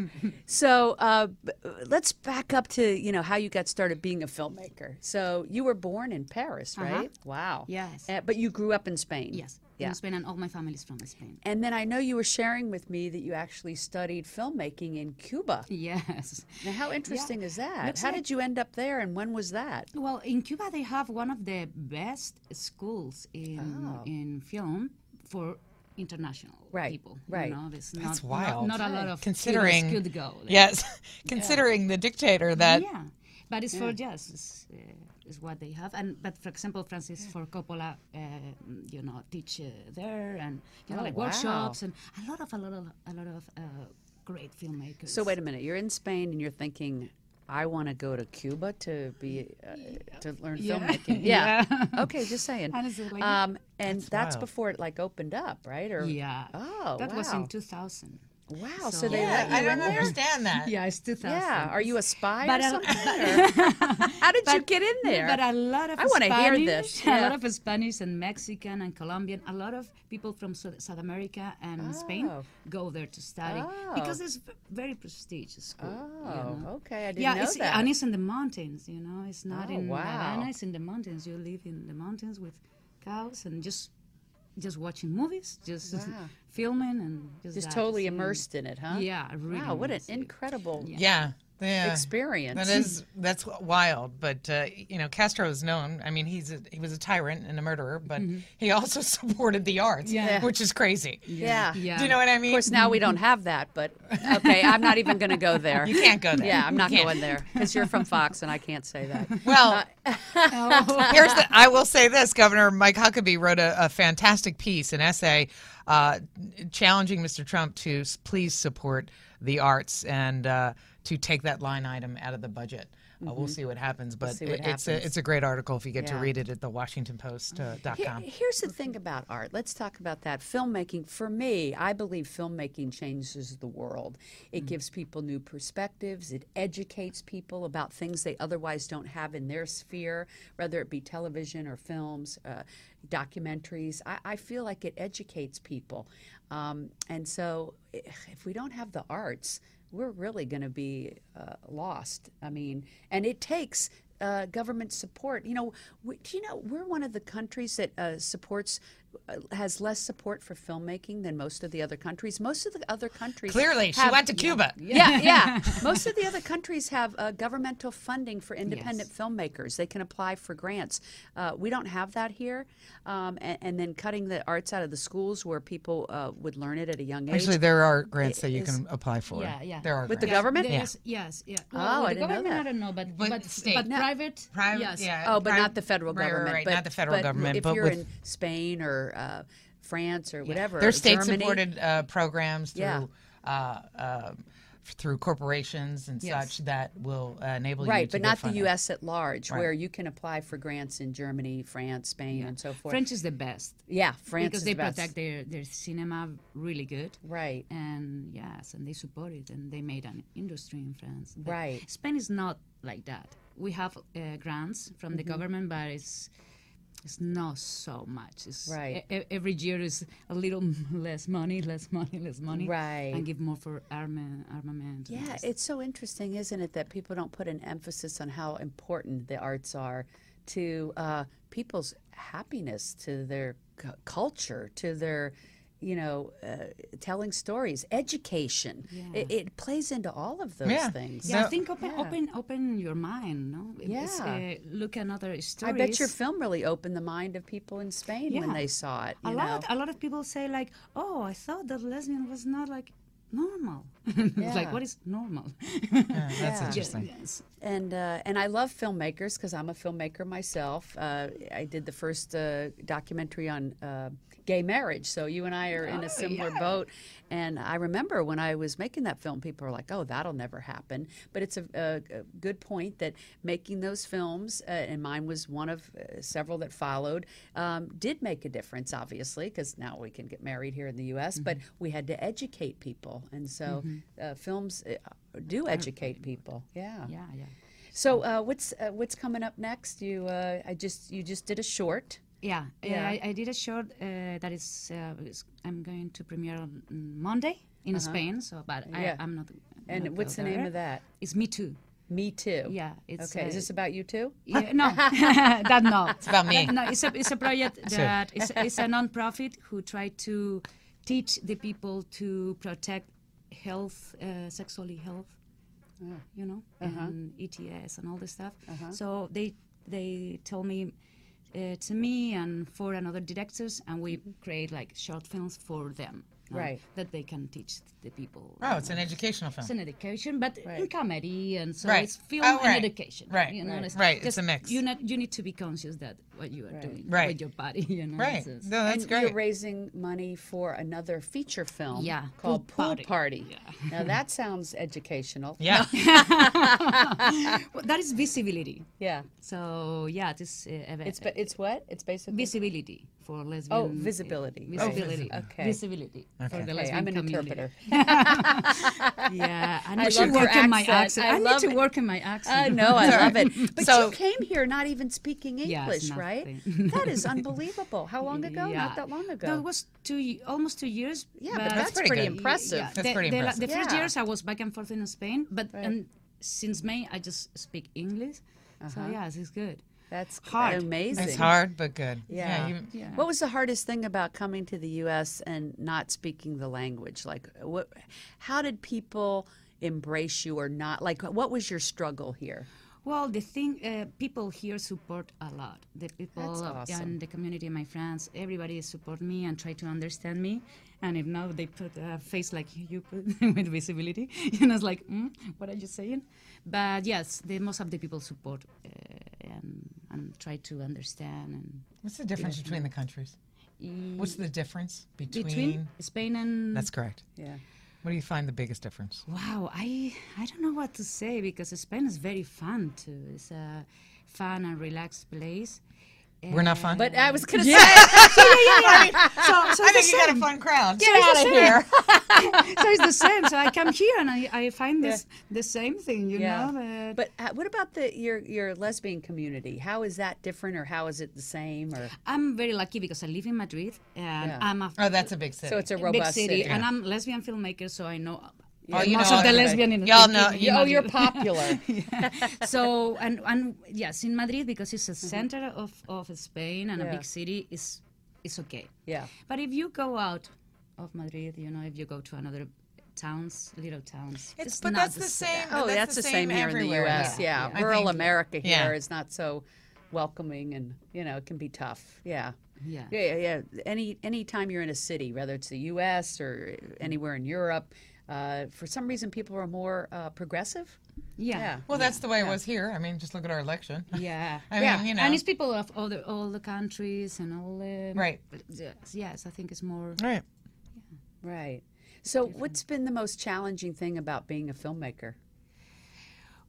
S1: So uh, b- let's back up to you know how you got started being a filmmaker. So you were born in Paris, right? Wow.
S4: Uh-huh. Yes.
S1: Uh, but you grew up in Spain.
S4: Yes.
S1: Yeah.
S4: From Spain, and all my family is from
S1: [laughs]
S4: Spain.
S1: And then I know you were sharing with me that you actually studied filmmaking in Cuba.
S4: Yes.
S1: Now, how interesting is that?
S4: Looks
S1: how
S4: like-
S1: did you end up there, and when was that?
S4: Well, in Cuba, they have one of the best schools in in film for international
S1: Oh. Right,
S4: people.
S1: right.
S4: You know, it's not,
S2: That's
S4: not-
S2: wild.
S4: Not, a lot of
S2: Considering-
S4: Cubans could go. there.
S2: Yes, considering the dictator that
S4: Yeah, but it's for yes, it's, uh, is what they have. And but for example, Francis Ford Coppola, uh, you know, teach uh, there and you know,
S1: Oh,
S4: like workshops and a lot of a lot of a lot of uh, great filmmakers.
S1: So wait a minute. You're in Spain, and you're thinking, I want to go to Cuba to be uh, to learn filmmaking.
S4: [laughs]
S1: Yeah. okay, just saying.
S4: Honestly, like-
S1: um, and that's,
S2: wild.
S1: before it like opened up, right? Or
S4: Yeah.
S1: Oh,
S4: that was
S1: wow.
S4: in 2000.
S1: Wow. So, they
S2: Yeah,
S1: let you in there.
S2: understand that.
S4: Yeah, it's 2000.
S1: Yeah. Are you a spy
S4: But
S1: or
S4: I- [laughs]
S1: something? or- How did you get in there?
S4: But a lot of
S1: I wanna hear
S4: Spanish-
S1: this,
S4: [laughs] A
S1: yeah.
S4: lot of Spanish and Mexican and Colombian, a lot of people from Sou- South America and Spain
S1: Oh.
S4: go there to study because it's v- very prestigious school. you know.
S1: oh, okay. I didn't
S4: yeah,
S1: know
S4: it's,
S1: that.
S4: and it's in the mountains. You know, it's not
S1: Oh,
S4: in
S1: wow.
S4: Havana. It's in the mountains. You live in the mountains with cows and just just watching movies, just filming and just,
S1: just
S4: that,
S1: totally
S4: you know.
S1: immersed in it, huh?
S4: Yeah, really.
S1: Wow. What an
S4: immersed.
S1: incredible
S2: Yeah. yeah.
S1: experience.
S2: That is that's wild, but uh, you know Castro is known. I mean, he's a, he was a tyrant and a murderer, but
S1: Mm-hmm.
S2: he also [laughs] supported the arts,
S4: Yeah.
S2: which is crazy.
S1: yeah.
S4: Yeah.
S2: Do you know what I mean?
S1: Of course, now we don't have that, but okay, I'm not even going to go there.
S2: [laughs] you can't
S1: [laughs]
S2: go there.
S1: Yeah, I'm
S2: You
S1: not
S2: can't.
S1: going there because you're from Fox and I can't say that.
S2: Well, [laughs] here's the, I will say this: Governor Mike Huckabee wrote a, a fantastic piece, an essay, uh, challenging Mr. Trump to s- please support the arts and uh, to take that line item out of the budget. Uh, we'll see what happens, but
S1: Mm-hmm. see what
S2: it- it's a it's a great article if you get to
S1: Yeah.
S2: read it at the WashingtonPost.com.
S1: Here-
S2: com.
S1: Here's the thing about art. Let's talk about that. Filmmaking, for me, I believe filmmaking changes the world. It gives people new perspectives, it educates people about things they otherwise don't have in their sphere, whether it be television or films, uh, documentaries. I, I feel like it educates people. Um, and so i- if we don't have the arts, we're really going to be uh, lost. I mean, and it takes uh, government support. You know, we, do you know we're one of the countries that uh, supports uh, has less support for filmmaking than most of the other countries. Most of the other countries
S2: Clearly, she
S1: have-
S2: went to Cuba.
S1: yeah,
S2: [laughs]
S1: yeah. Most of the other countries have uh, governmental funding for independent filmmakers. They can apply for grants. Uh, we don't have that here. Um, and, and then cutting the arts out of the schools where people uh, would learn it at a young age.
S2: Actually, there are grants that you can apply for.
S4: Yeah, yeah.
S2: There are
S1: With the
S2: grants.
S1: government?
S4: There is- yes, yeah.
S1: Oh,
S4: with
S1: I
S4: the
S1: didn't know
S4: government,
S1: that.
S4: I don't know, but
S2: But
S4: but,
S2: state.
S4: but
S2: No.
S4: private,
S2: Private,
S4: yes.
S2: yeah.
S1: Oh, but
S2: Pri-
S1: not the federal
S2: right, right,
S1: government.
S2: right,
S1: but,
S2: not the federal
S1: but
S2: government,
S1: If
S2: but
S1: you're
S2: with-
S1: in Spain or uh, France or whatever,
S2: There
S1: or
S2: are state
S1: Germany,
S2: supported uh, programs through.
S1: Yeah.
S2: Uh, um, through corporations and
S4: Yes.
S2: such that will uh, enable you
S1: Right,
S2: to
S1: but
S2: get
S1: not the
S2: funding.
S1: U.S. at large, where you can apply for grants in Germany, France, Spain, and so forth.
S4: French is the best
S1: yeah, France
S4: because
S1: is
S4: they
S1: the best.
S4: protect their their cinema really good.
S1: Right.
S4: And yes, and they support it, and they made an industry in France. But
S1: Right.
S4: Spain is not like that. We have uh, grants from the
S1: Mm-hmm.
S4: government, but it's it's not so much. It's,
S1: Right.
S4: e- e- every year is a little less money, [laughs] less money, less money.
S1: Right.
S4: And give more for arma- armament. and
S1: Yeah,
S4: this.
S1: it's so interesting, isn't it, that people don't put an emphasis on how important the arts are to uh, people's happiness, to their c- culture, to their, you know, uh, telling stories, education. It, it plays into all of those
S2: Yeah.
S1: things.
S4: Yeah, I
S2: So-
S4: think open, open, open your mind. No, It's,
S1: Yeah.
S4: uh, look another
S1: I
S4: stories.
S1: bet your film really opened the mind of people in Spain when
S4: Yeah.
S1: they saw it.
S4: a
S1: you
S4: lot.
S1: know?
S4: A lot of people say like, "Oh, I thought that lesbian was not like normal." [laughs] it's
S1: Yeah.
S4: like, what is normal? [laughs]
S2: Yeah, that's
S1: Yeah.
S2: interesting.
S4: Yes.
S1: and uh, and I love filmmakers because I'm a filmmaker myself. Uh, I did the first uh, documentary on uh, gay marriage, so you and I are in a similar boat. And I remember when I was making that film, people were like, "Oh, that'll never happen." But it's a, a, a good point that making those films, uh, and mine was one of uh, several that followed, um, did make a difference, obviously, because now we can get married here in the U.S. But we had to educate people, and so uh, films. Uh, do educate people, yeah.
S4: Yeah, yeah.
S1: So uh, what's uh, what's coming up next? You uh, I just you just did a short.
S4: Yeah,
S1: Yeah.
S4: yeah. I, I did a short uh, that is, uh, is I'm going to premiere on Monday in Spain. So, but
S1: Uh-huh. Yeah.
S4: I, I'm not.
S1: And
S4: not
S1: what's the name
S4: there.
S1: of that?
S4: It's Me Too.
S1: Me too.
S4: Yeah, it's
S1: Okay.
S4: uh,
S1: Is this about you too?
S4: yeah, no, [laughs] that no. It's
S2: about me.
S4: No, it's a it's a project that is it's a nonprofit who try to teach the people to protect health, uh, sexually health, uh, you know, and ETS and all this stuff. So they they told me. Uh, to me and for another directors, and we create like short films for them, uh,
S1: Right.
S4: That they can teach the people.
S2: Oh, it's an educational film.
S4: It's an education, but in comedy, and so
S2: Right.
S4: it's film
S2: Oh, right.
S4: and education.
S2: Right.
S4: You know,
S2: Right.
S4: it's
S2: Right, it's
S4: just
S2: a mix.
S4: You not, you need to be conscious that what you are doing
S2: Right.
S4: with your body. [laughs] You know,
S2: right.
S4: it's just-
S2: No, that's
S1: and
S2: great.
S1: You're raising money for another feature film.
S4: Yeah,
S1: Called Pool
S4: Pool
S1: Party.
S4: Party.
S1: Now that sounds educational.
S2: yeah.
S4: Well, that is visibility.
S1: Yeah.
S4: So yeah, this uh, event.
S1: It's ba- it's what? It's basically.
S4: visibility for lesbian.
S1: Oh, visibility.
S4: uh,
S1: right.
S4: Visibility.
S1: Okay.
S4: Visibility for the
S1: Okay,
S4: lesbian
S1: I'm an
S4: community.
S1: interpreter.
S4: Yeah,
S1: [laughs]
S4: I need
S1: love
S4: to
S1: your
S4: work on my
S1: accent.
S4: accent.
S1: I
S4: I,
S1: love
S4: need to
S1: it.
S4: work on my
S1: I
S4: accent.
S1: know, I love
S4: [laughs]
S1: it. But
S2: So-
S1: you came here not even speaking
S4: Yeah, it's
S1: English, right?
S4: nothing.
S1: That
S4: [laughs]
S1: is unbelievable. How long ago?
S4: Yeah.
S1: Not that long ago.
S4: That was two, ye- almost two years.
S1: yeah, but, that's
S2: pretty
S1: pretty,
S2: good.
S1: impressive.
S4: Yeah,
S2: That's
S4: the,
S2: pretty
S4: the, la-
S2: impressive.
S4: The first
S1: Yeah.
S4: years I was back and forth in Spain, but and since May I just speak English. So
S1: Uh-huh.
S4: yeah, this is good.
S1: That's c-
S4: Hard. It's
S1: Amazing.
S2: It's hard but good.
S1: Yeah.
S2: you-
S1: What was the hardest thing about coming to the U.S. and not speaking the language? Like, what? How did people embrace you or not? Like, what was your struggle here?
S4: Well, the thing uh, people here support a lot. The people
S1: That's
S4: of-
S1: awesome.
S4: and the community, my friends, everybody support me and try to understand me. And if not, they put a face like you put [laughs] with visibility, [laughs] and I was like, mm, "What are you saying?" But yes, the most of the people support uh, and and try to understand and
S2: What's the difference between the countries? What's the difference between?
S4: between Spain and
S2: That's correct.
S1: Yeah.
S2: What do you find the biggest difference?
S4: Wow, I I don't know what to say because Spain is very fun too. It's a fun and relaxed place.
S2: We're not fun. [laughs]
S1: But I was gonna say, [laughs]
S4: so, so
S2: I
S4: it's the
S2: think you got a
S4: same.
S2: fun crowd.
S4: So
S2: Get
S4: it's the
S2: out of
S4: same.
S2: here. [laughs]
S4: so it's the same. So I come here and I, I find this the same thing, you
S1: Yeah.
S4: know.
S1: but uh, what about the your your lesbian community? How is that different, or how is it the same? Or
S4: I'm very lucky because I live in Madrid and I'm a
S2: Oh, that's a big city.
S1: so it's a
S4: big
S1: robust
S4: city,
S1: city.
S4: and I'm lesbian filmmaker, so I know.
S2: Oh, you
S4: most
S2: know
S4: of the
S2: everybody.
S4: lesbian in
S2: Y'all know-
S4: in-
S2: you
S4: in
S1: oh, you're
S4: Madrid.
S1: [laughs] popular.
S4: [laughs] so and and yes, in Madrid because it's a
S2: Mm-hmm.
S4: center of, of Spain and a big city is is okay.
S1: Yeah.
S4: But if you go out of Madrid, you know, if you go to another towns, little towns,
S2: It's-
S4: it's,
S2: but
S4: not
S2: that's the same.
S1: Oh, that's, the same, here in
S2: everywhere.
S1: the U.S. Yeah,
S2: I
S1: rural
S2: think-
S1: America here is
S2: yeah.
S1: not so welcoming, and you know it can be tough. Yeah.
S4: Yeah.
S1: Yeah, yeah. yeah. Any anytime you're in a city, whether it's the U.S. or anywhere in Europe, uh, for some reason people are more uh, progressive.
S4: Yeah.
S1: Yeah.
S4: yeah.
S2: Well, that's the way it was here. I mean, just look at our election. I mean,
S1: Yeah,
S2: you know.
S4: and it's people of all the, all the countries and all the
S2: [laughs] Right.
S4: Yes, yes, I think it's more.
S2: right.
S1: Right. So, what's been the most challenging thing about being a filmmaker?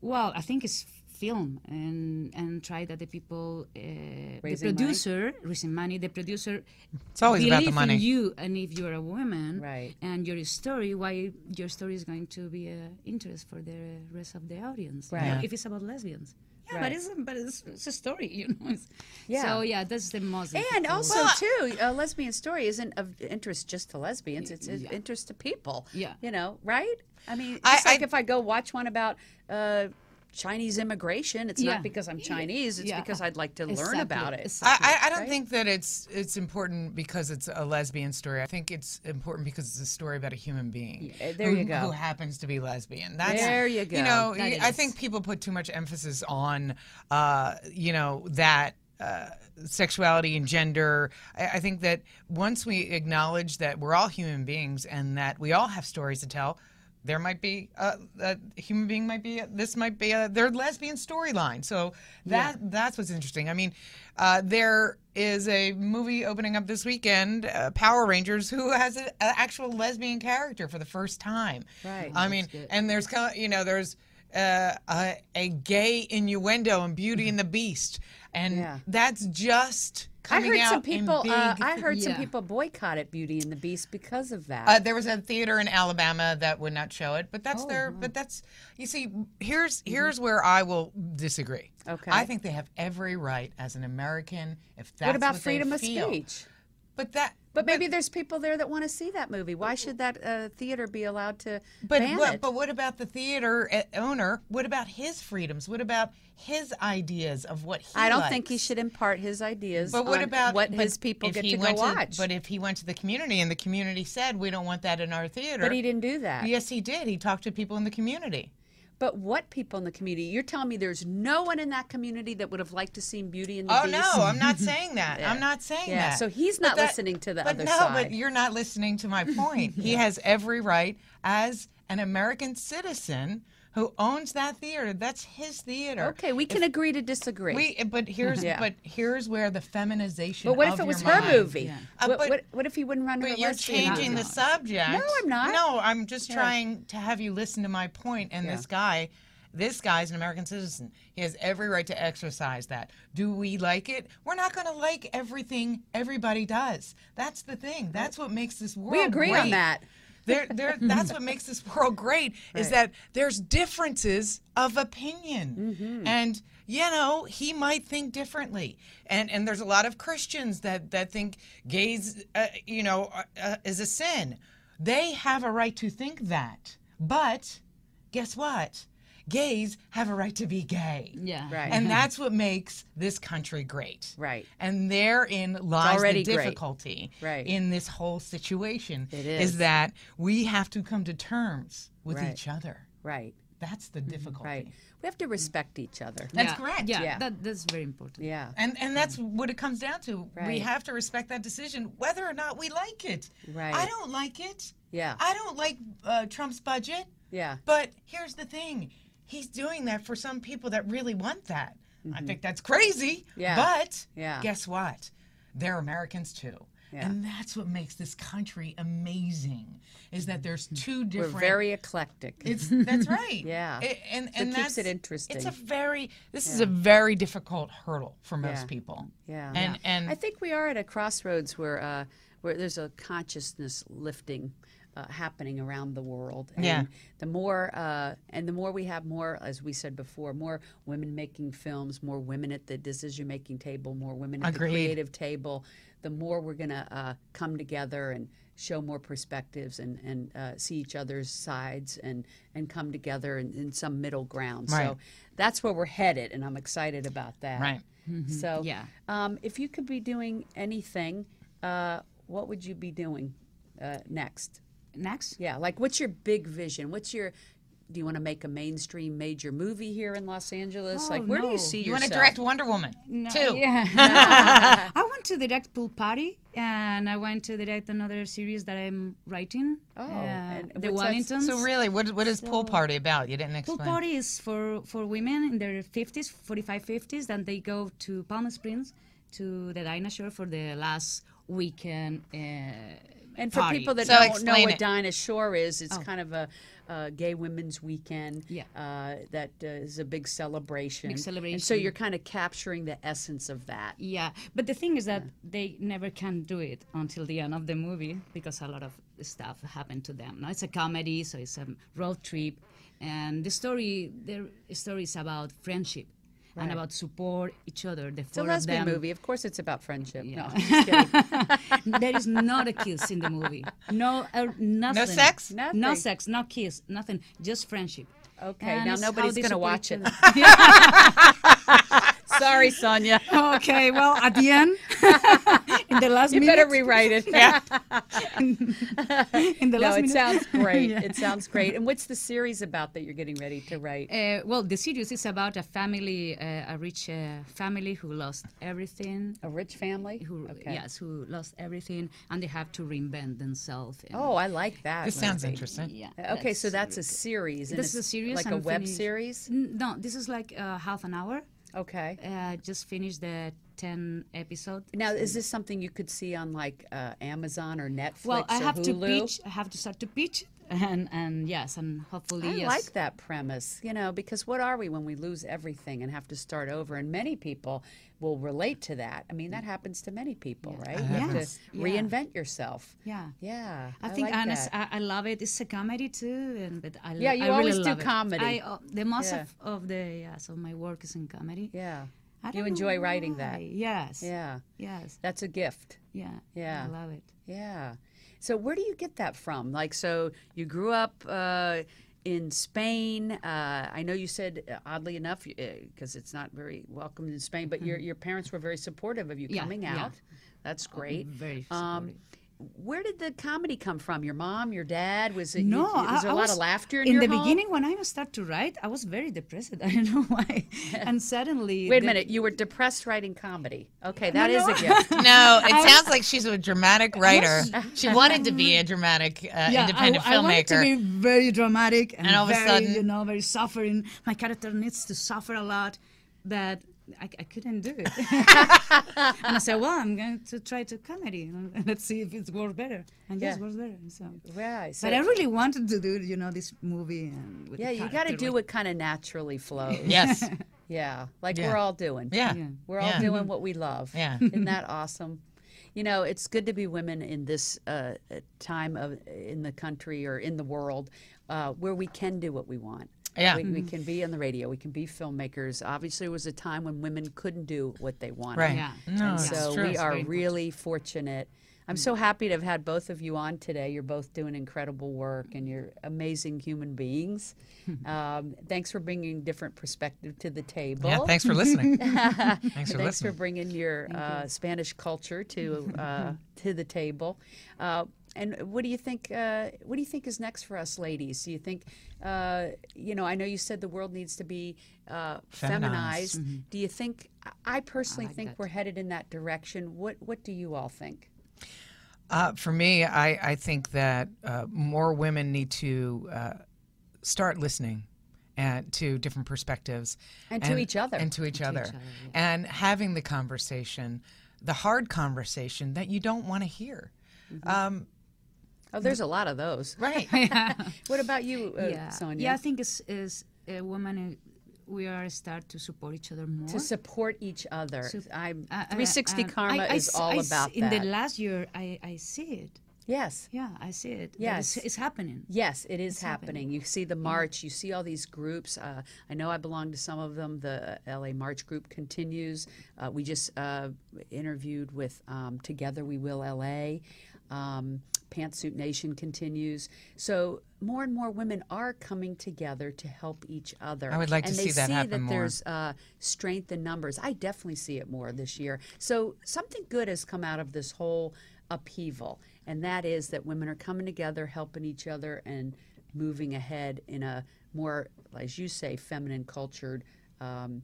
S4: Well, I think it's film and and try that the people, uh, the
S1: Raising money?
S4: producer raising money, the producer.
S2: It's always about the
S4: believe in
S2: money.
S4: you, and if you're a woman,
S1: Right.
S4: and your story, why your story is going to be uh, interest for the rest of the audience, you
S1: Right.
S4: know,
S1: Yeah.
S4: if it's about lesbians. Yeah,
S1: Right.
S4: but it's but it's, it's a story, [laughs] you know. It's-
S1: Yeah.
S4: So yeah, that's the most.
S1: And
S4: difficult.
S1: also, [laughs] too, a lesbian story isn't of interest just to lesbians; it's of interest to people.
S4: Yeah.
S1: you know, right? I mean,
S2: I-
S1: it's like
S2: I-
S1: if I go watch one about uh, Chinese immigration. It's
S4: Yeah.
S1: not because I'm Chinese. It's
S4: Yeah.
S1: because I'd like to learn
S4: Exactly,
S1: about it.
S4: exactly.
S2: I, I, I don't think that it's it's important because it's a lesbian story. I think it's important because it's a story about a human being.
S1: Yeah, there
S2: who,
S1: you go.
S2: Who happens to be lesbian. That's,
S1: There you go.
S2: You know,
S4: That
S2: I
S4: is.
S2: think people put too much emphasis on, uh, you know, that. Uh, sexuality and gender. I, I think that once we acknowledge that we're all human beings and that we all have stories to tell, there might be a, a human being might be this might be a, their lesbian storyline. So that that's what's interesting. I mean, uh, there is a movie opening up this weekend, uh, Power Rangers, who has a- an actual lesbian character for the first time.
S1: Right.
S2: I mean, and there's kind of you know there's. Uh, a, a gay innuendo in Beauty and the Beast, and
S1: Mm-hmm. Yeah.
S2: that's just
S1: I
S2: coming
S1: heard
S2: out
S1: some people.
S2: In big
S1: uh, I heard some
S4: yeah.
S1: people boycotted Beauty and the Beast because of that.
S2: uh, there was a theater in Alabama that would not show it, but
S1: Oh,
S2: that's their. But that's you see. Here's here's where I will disagree.
S1: Mm-hmm. Okay.
S2: I think they have every right as an American. If that's
S1: what about
S2: they
S1: freedom of
S2: feel.
S1: speech?
S2: But that.
S1: But maybe there's people there that want to see that movie. Why should that uh, theater be allowed to
S2: But
S1: ban
S2: what,
S1: it?
S2: but what about the theater uh, owner? What about his freedoms? What about his ideas of what he?
S1: I don't think he
S2: likes?
S1: should impart his ideas
S2: But what
S1: on
S2: about
S1: what
S2: but
S1: his people
S2: if
S1: get
S2: he
S1: to go
S2: went
S1: watch.
S2: But if he went to the community and the community said we don't want that in our theater,
S1: But he didn't do that.
S2: Yes, he did. He talked to people in the community.
S1: But what people in the community? You're telling me there's no one in that community that would have liked to see Beauty and the
S2: Oh
S1: Beast?
S2: no, I'm not
S1: [laughs]
S2: saying that. I'm not saying
S1: Yeah,
S2: that.
S1: so he's
S2: But
S1: not listening to the
S2: but
S1: other
S2: no,
S1: side.
S2: but you're not listening
S1: [laughs]
S2: to my point. He has every right as an American citizen who owns that theater. That's his theater.
S1: Okay, we can agree to disagree.
S2: We, but
S1: [laughs]
S2: here's
S1: Yeah.
S2: but here's where the feminization.
S1: but what
S2: of
S1: if it
S2: your
S1: was her
S2: mind-
S1: movie?
S2: Uh,
S1: what,
S2: but-
S1: what, what if he wouldn't run her
S2: But you're changing the subject.
S1: No, I'm not.
S2: No, I'm just trying to have you listen to my point. And this guy, this guy's an American citizen. He has every right to exercise that. Do we like it? We're not going to like everything everybody does. That's the thing. That's what makes this world.
S1: agree on
S2: great.
S1: that.
S2: There, there, that's what makes this world great is that there's differences of opinion and you know he might think differently and and there's a lot of christians that that think gays uh, you know uh, uh, is a sin they have a right to think that but guess what gays have a right to be gay
S4: Yeah.
S1: Right.
S2: and that's what makes this country great
S1: Right.
S2: and therein lies
S1: already
S2: the
S1: great.
S2: difficulty
S1: Right.
S2: in this whole situation
S1: It
S2: is
S1: is.
S2: that we have to come to terms with
S1: Right.
S2: each other.
S1: Right,
S2: That's the difficulty.
S1: right. We have to respect each other.
S2: That's correct.
S4: Yeah,
S1: Yeah.
S4: That, that's very important.
S1: Yeah.
S2: And and that's what it comes down to. We
S1: Right.
S2: have to respect that decision, whether or not we like it. I
S1: Right.
S2: don't like it.
S1: Yeah.
S2: I don't like uh, Trump's budget.
S1: Yeah.
S2: But here's the thing: he's doing that for some people that really want that. I think that's crazy.
S1: Mm-hmm. Yeah.
S2: But
S1: Yeah.
S2: guess what? They're Americans too.
S1: Yeah.
S2: And that's what makes this country amazing is that there's two
S1: Hmm. We're
S2: different
S1: very eclectic. [laughs]
S2: it's that's right.
S1: Yeah.
S2: A- and
S1: So it
S2: and
S1: keeps
S2: that's,
S1: it
S2: It's
S1: interesting.
S2: a very this is a very difficult hurdle for most
S1: Yeah.
S2: people.
S1: Yeah.
S2: And and
S1: I think we are at a crossroads where uh, where there's a consciousness lifting uh, happening around the world. And
S2: Yeah.
S1: The more uh, and the more we have more, as we said before, more women making films, more women at the decision making table, more women at
S2: Agreed.
S1: the creative table. The more we're gonna uh, come together and show more perspectives and and uh, see each other's sides and and come together in, in some middle ground.
S2: Right.
S1: So that's where we're headed, and I'm excited about that.
S2: Right.
S1: So,
S4: Mm-hmm. Yeah.
S1: um, if you could be doing anything, uh, what would you be doing uh, next?
S4: Next.
S1: Yeah, like what's your big vision? What's your do you want to make a mainstream major movie here in Los Angeles?
S4: Oh,
S1: like, where do
S4: no.
S1: you see
S2: you want
S1: yourself?
S2: to direct Wonder Woman too.
S4: Yeah. Oh.
S1: [laughs]
S4: [laughs] I want to direct Pool Party, and I want to direct another series that I'm writing. Oh,
S1: and
S4: the
S1: what's that-
S4: Wellingtons.
S2: So really, what what is pool party about? You didn't
S4: Pool
S2: explain.
S4: party is for, for women in their 50s, 45, 50s, then they go to Palm Springs to the dinosaur for the last weekend. Uh,
S1: And for
S4: party.
S1: people that
S2: So
S1: don't know
S2: explain
S1: what
S2: it.
S1: Dinah Shore is, it's kind of a, uh gay women's weekend
S4: Oh. Yeah.
S1: uh, that uh, is a big celebration.
S4: Big
S1: And so
S4: celebration.
S1: you're kind of capturing the essence of that.
S4: yeah, but the thing is that they never can do it until the end of the movie because a lot of stuff happened to them. No, it's a comedy, so it's a road trip, and the story the story is about friendship and about support each other. The
S1: It's a
S4: four of
S1: lesbian
S4: them.
S1: movie. Of course, it's about friendship. No, I'm just kidding.
S4: there is not a kiss
S1: [laughs]
S4: in the movie. No, uh, nothing.
S2: sex?
S4: No
S1: Nothing.
S4: sex. No kiss. Nothing. Just friendship.
S1: Okay,
S4: And
S1: now
S4: it's how
S1: nobody's
S4: they
S1: going to
S4: support
S1: watch it.
S4: each other.
S1: Sorry, Sonia.
S4: [laughs] okay, well, at the
S1: [laughs]
S4: end, [laughs] in the last
S1: You
S4: minute,
S1: better rewrite
S4: [laughs]
S1: it.
S4: in the
S1: no,
S4: last
S1: it
S4: minute. [laughs]
S1: sounds great. It sounds great. And what's the series about that you're getting ready to write?
S4: Uh, well, the series is about a family, uh, a rich uh, family who lost everything.
S1: A rich family?
S4: Who, Yes, who lost everything, and they have to reinvent themselves. and-
S1: Oh, I like that.
S2: This sounds
S1: movie.
S2: interesting.
S4: yeah.
S1: Okay, so that's a series. and
S4: This
S1: it's
S4: is a series
S1: like a
S4: I'm
S1: web
S4: finished.
S1: series.
S4: N- No, this is like uh, half an hour.
S1: Okay.
S4: Uh, just finished the ten episode.
S1: Now, is this something you could see on like uh, Amazon or Netflix
S4: Well, I
S1: or
S4: have to
S1: Hulu?
S4: pitch. I have to start to pitch, [laughs] and and yes, and hopefully
S1: I
S4: yes.
S1: like that premise, you know, because what are we when we lose everything and have to start over? And many people will relate to that. I mean, that happens to many people, right? You have
S4: Mm. Yes,
S1: to
S4: yeah.
S1: reinvent yourself.
S4: Yeah.
S1: Yeah.
S4: I, think
S1: like
S4: honest,
S1: that.
S4: I, I love it. It's a comedy too, and but I lo-
S1: Yeah, you
S4: I really
S1: always do
S4: love it.
S1: comedy.
S4: I, uh, the most
S1: Yeah.
S4: of, of the yes of my work is in comedy.
S1: yeah.
S4: I don't
S1: You
S4: know
S1: enjoy writing that.
S4: why. Yes.
S1: Yeah.
S4: Yes.
S1: That's a gift.
S4: Yeah.
S1: Yeah.
S4: I love it.
S1: Yeah. So where do you get that from? Like, so you grew up uh, in Spain. Uh, I know you said, uh, oddly enough, because it's not very welcomed in Spain, but your your parents were very supportive of you
S4: Mm-hmm. Yeah,
S1: coming
S4: yeah. Oh,
S1: out. That's great.
S4: Very.
S1: Um,
S4: supportive.
S1: where did the comedy come from? Your mom, your dad? Was it? you-
S4: no,
S1: was there
S4: I,
S1: a lot
S4: I was,
S1: of laughter in,
S4: in
S1: your
S4: the
S1: home?
S4: beginning when I started to write. I was very depressed. [laughs] I don't know
S1: [laughs]
S4: why. and suddenly,
S1: Wait a
S4: the-
S1: minute, you were depressed writing comedy. Okay, that is a gift.
S4: [laughs]
S2: No, it sounds like she's a dramatic writer. She wanted to be a dramatic uh,
S4: Yeah, I-
S2: independent
S4: I, wanted
S2: filmmaker.
S4: to be very dramatic and,
S2: And all of a
S4: very,
S2: sudden-
S4: you know, very suffering. My character needs to suffer a lot, but I, I couldn't do it. [laughs] and I said, well, I'm going to try to comedy. [laughs] and Let's see if it works better. And yes,
S1: Yeah.
S4: it works better. So.
S1: yeah, so,
S4: But I really wanted to do, you know, this movie. And with the
S1: yeah, you got to
S4: character,
S1: do
S4: like-
S1: what kind of naturally flows.
S2: yes.
S1: Yeah, like
S2: Yeah.
S1: we're all doing.
S2: Yeah.
S1: We're
S2: Yeah.
S1: all doing what we love.
S2: Yeah.
S1: [laughs] Isn't that awesome? You know, it's good to be women in this uh, uh, time of in the country or in the world uh, where we can do what we want.
S2: Yeah.
S1: We, we can be on the radio. We can be filmmakers. Obviously, there was a time when women couldn't do what they wanted.
S2: Right.
S4: Yeah.
S2: No,
S4: And
S2: it's
S1: So
S2: true.
S1: we are
S4: very important.
S1: really fortunate. I'm so happy to have had both of you on today. You're both doing incredible work and you're amazing human beings. um, thanks for bringing different perspective to the table.
S2: Yeah, thanks for listening. thanks for
S1: Thanks for
S2: listening.
S1: bringing your uh, Spanish culture
S4: [laughs]
S1: to uh, to the table. Uh, and what do you think? Uh, what do you think is next for us, ladies? Do you think, uh, you know, I know you said the world needs to be uh, feminized.
S2: Feminized. Mm-hmm.
S1: Do you think? I personally think
S4: that.
S1: we're headed in that direction. What What do you all think?
S2: Uh, for me, I, I think that uh, more women need to uh, start listening and to different perspectives
S1: And to each other.
S2: and to each other, and having the conversation, the hard conversation that you don't want to hear. Um,
S1: Oh, there's a lot of those.
S2: right.
S1: What about you, uh,
S4: yeah.
S1: Sonia?
S4: yeah, I think as, as a woman, uh, we are start to support each other more.
S1: To support each other. I'm,
S4: Uh, uh,
S1: 360
S4: um,
S1: Karma
S4: I- I
S1: is
S4: s-
S1: all
S4: I s-
S1: about
S4: In
S1: that.
S4: the last year, I, I see it.
S1: yes.
S4: Yeah, I see it. That
S1: Yes.
S4: it's, it's happening.
S1: Yes, it is happening. You see the march. You see all these groups. Uh, I know I belong to some of them. The uh, LA March group continues. Uh, we just uh, interviewed with um, Together We Will LA. Um, Pantsuit Nation continues. So more and more women are coming together to help each other.
S2: I would like to
S1: and they
S2: see that happen
S1: that
S2: more.
S1: There's uh, strength in numbers. I definitely see it more this year. So something good has come out of this whole upheaval, and that is that women are coming together, helping each other, and moving ahead in a more, as you say, feminine cultured. Um,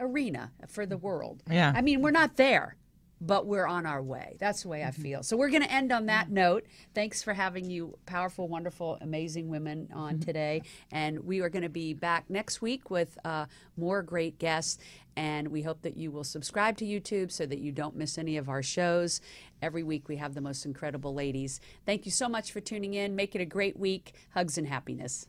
S1: arena for the world.
S2: Yeah.
S1: I mean, we're not there, but we're on our way. That's the way I feel. So we're going to end on that note. Thanks for having you, powerful, wonderful, amazing women on today. And we are going to be back next week with uh, more great guests. And we hope that you will subscribe to YouTube so that you don't miss any of our shows. Every week we have the most incredible ladies. Thank you so much for tuning in. Make it a great week. Hugs and happiness.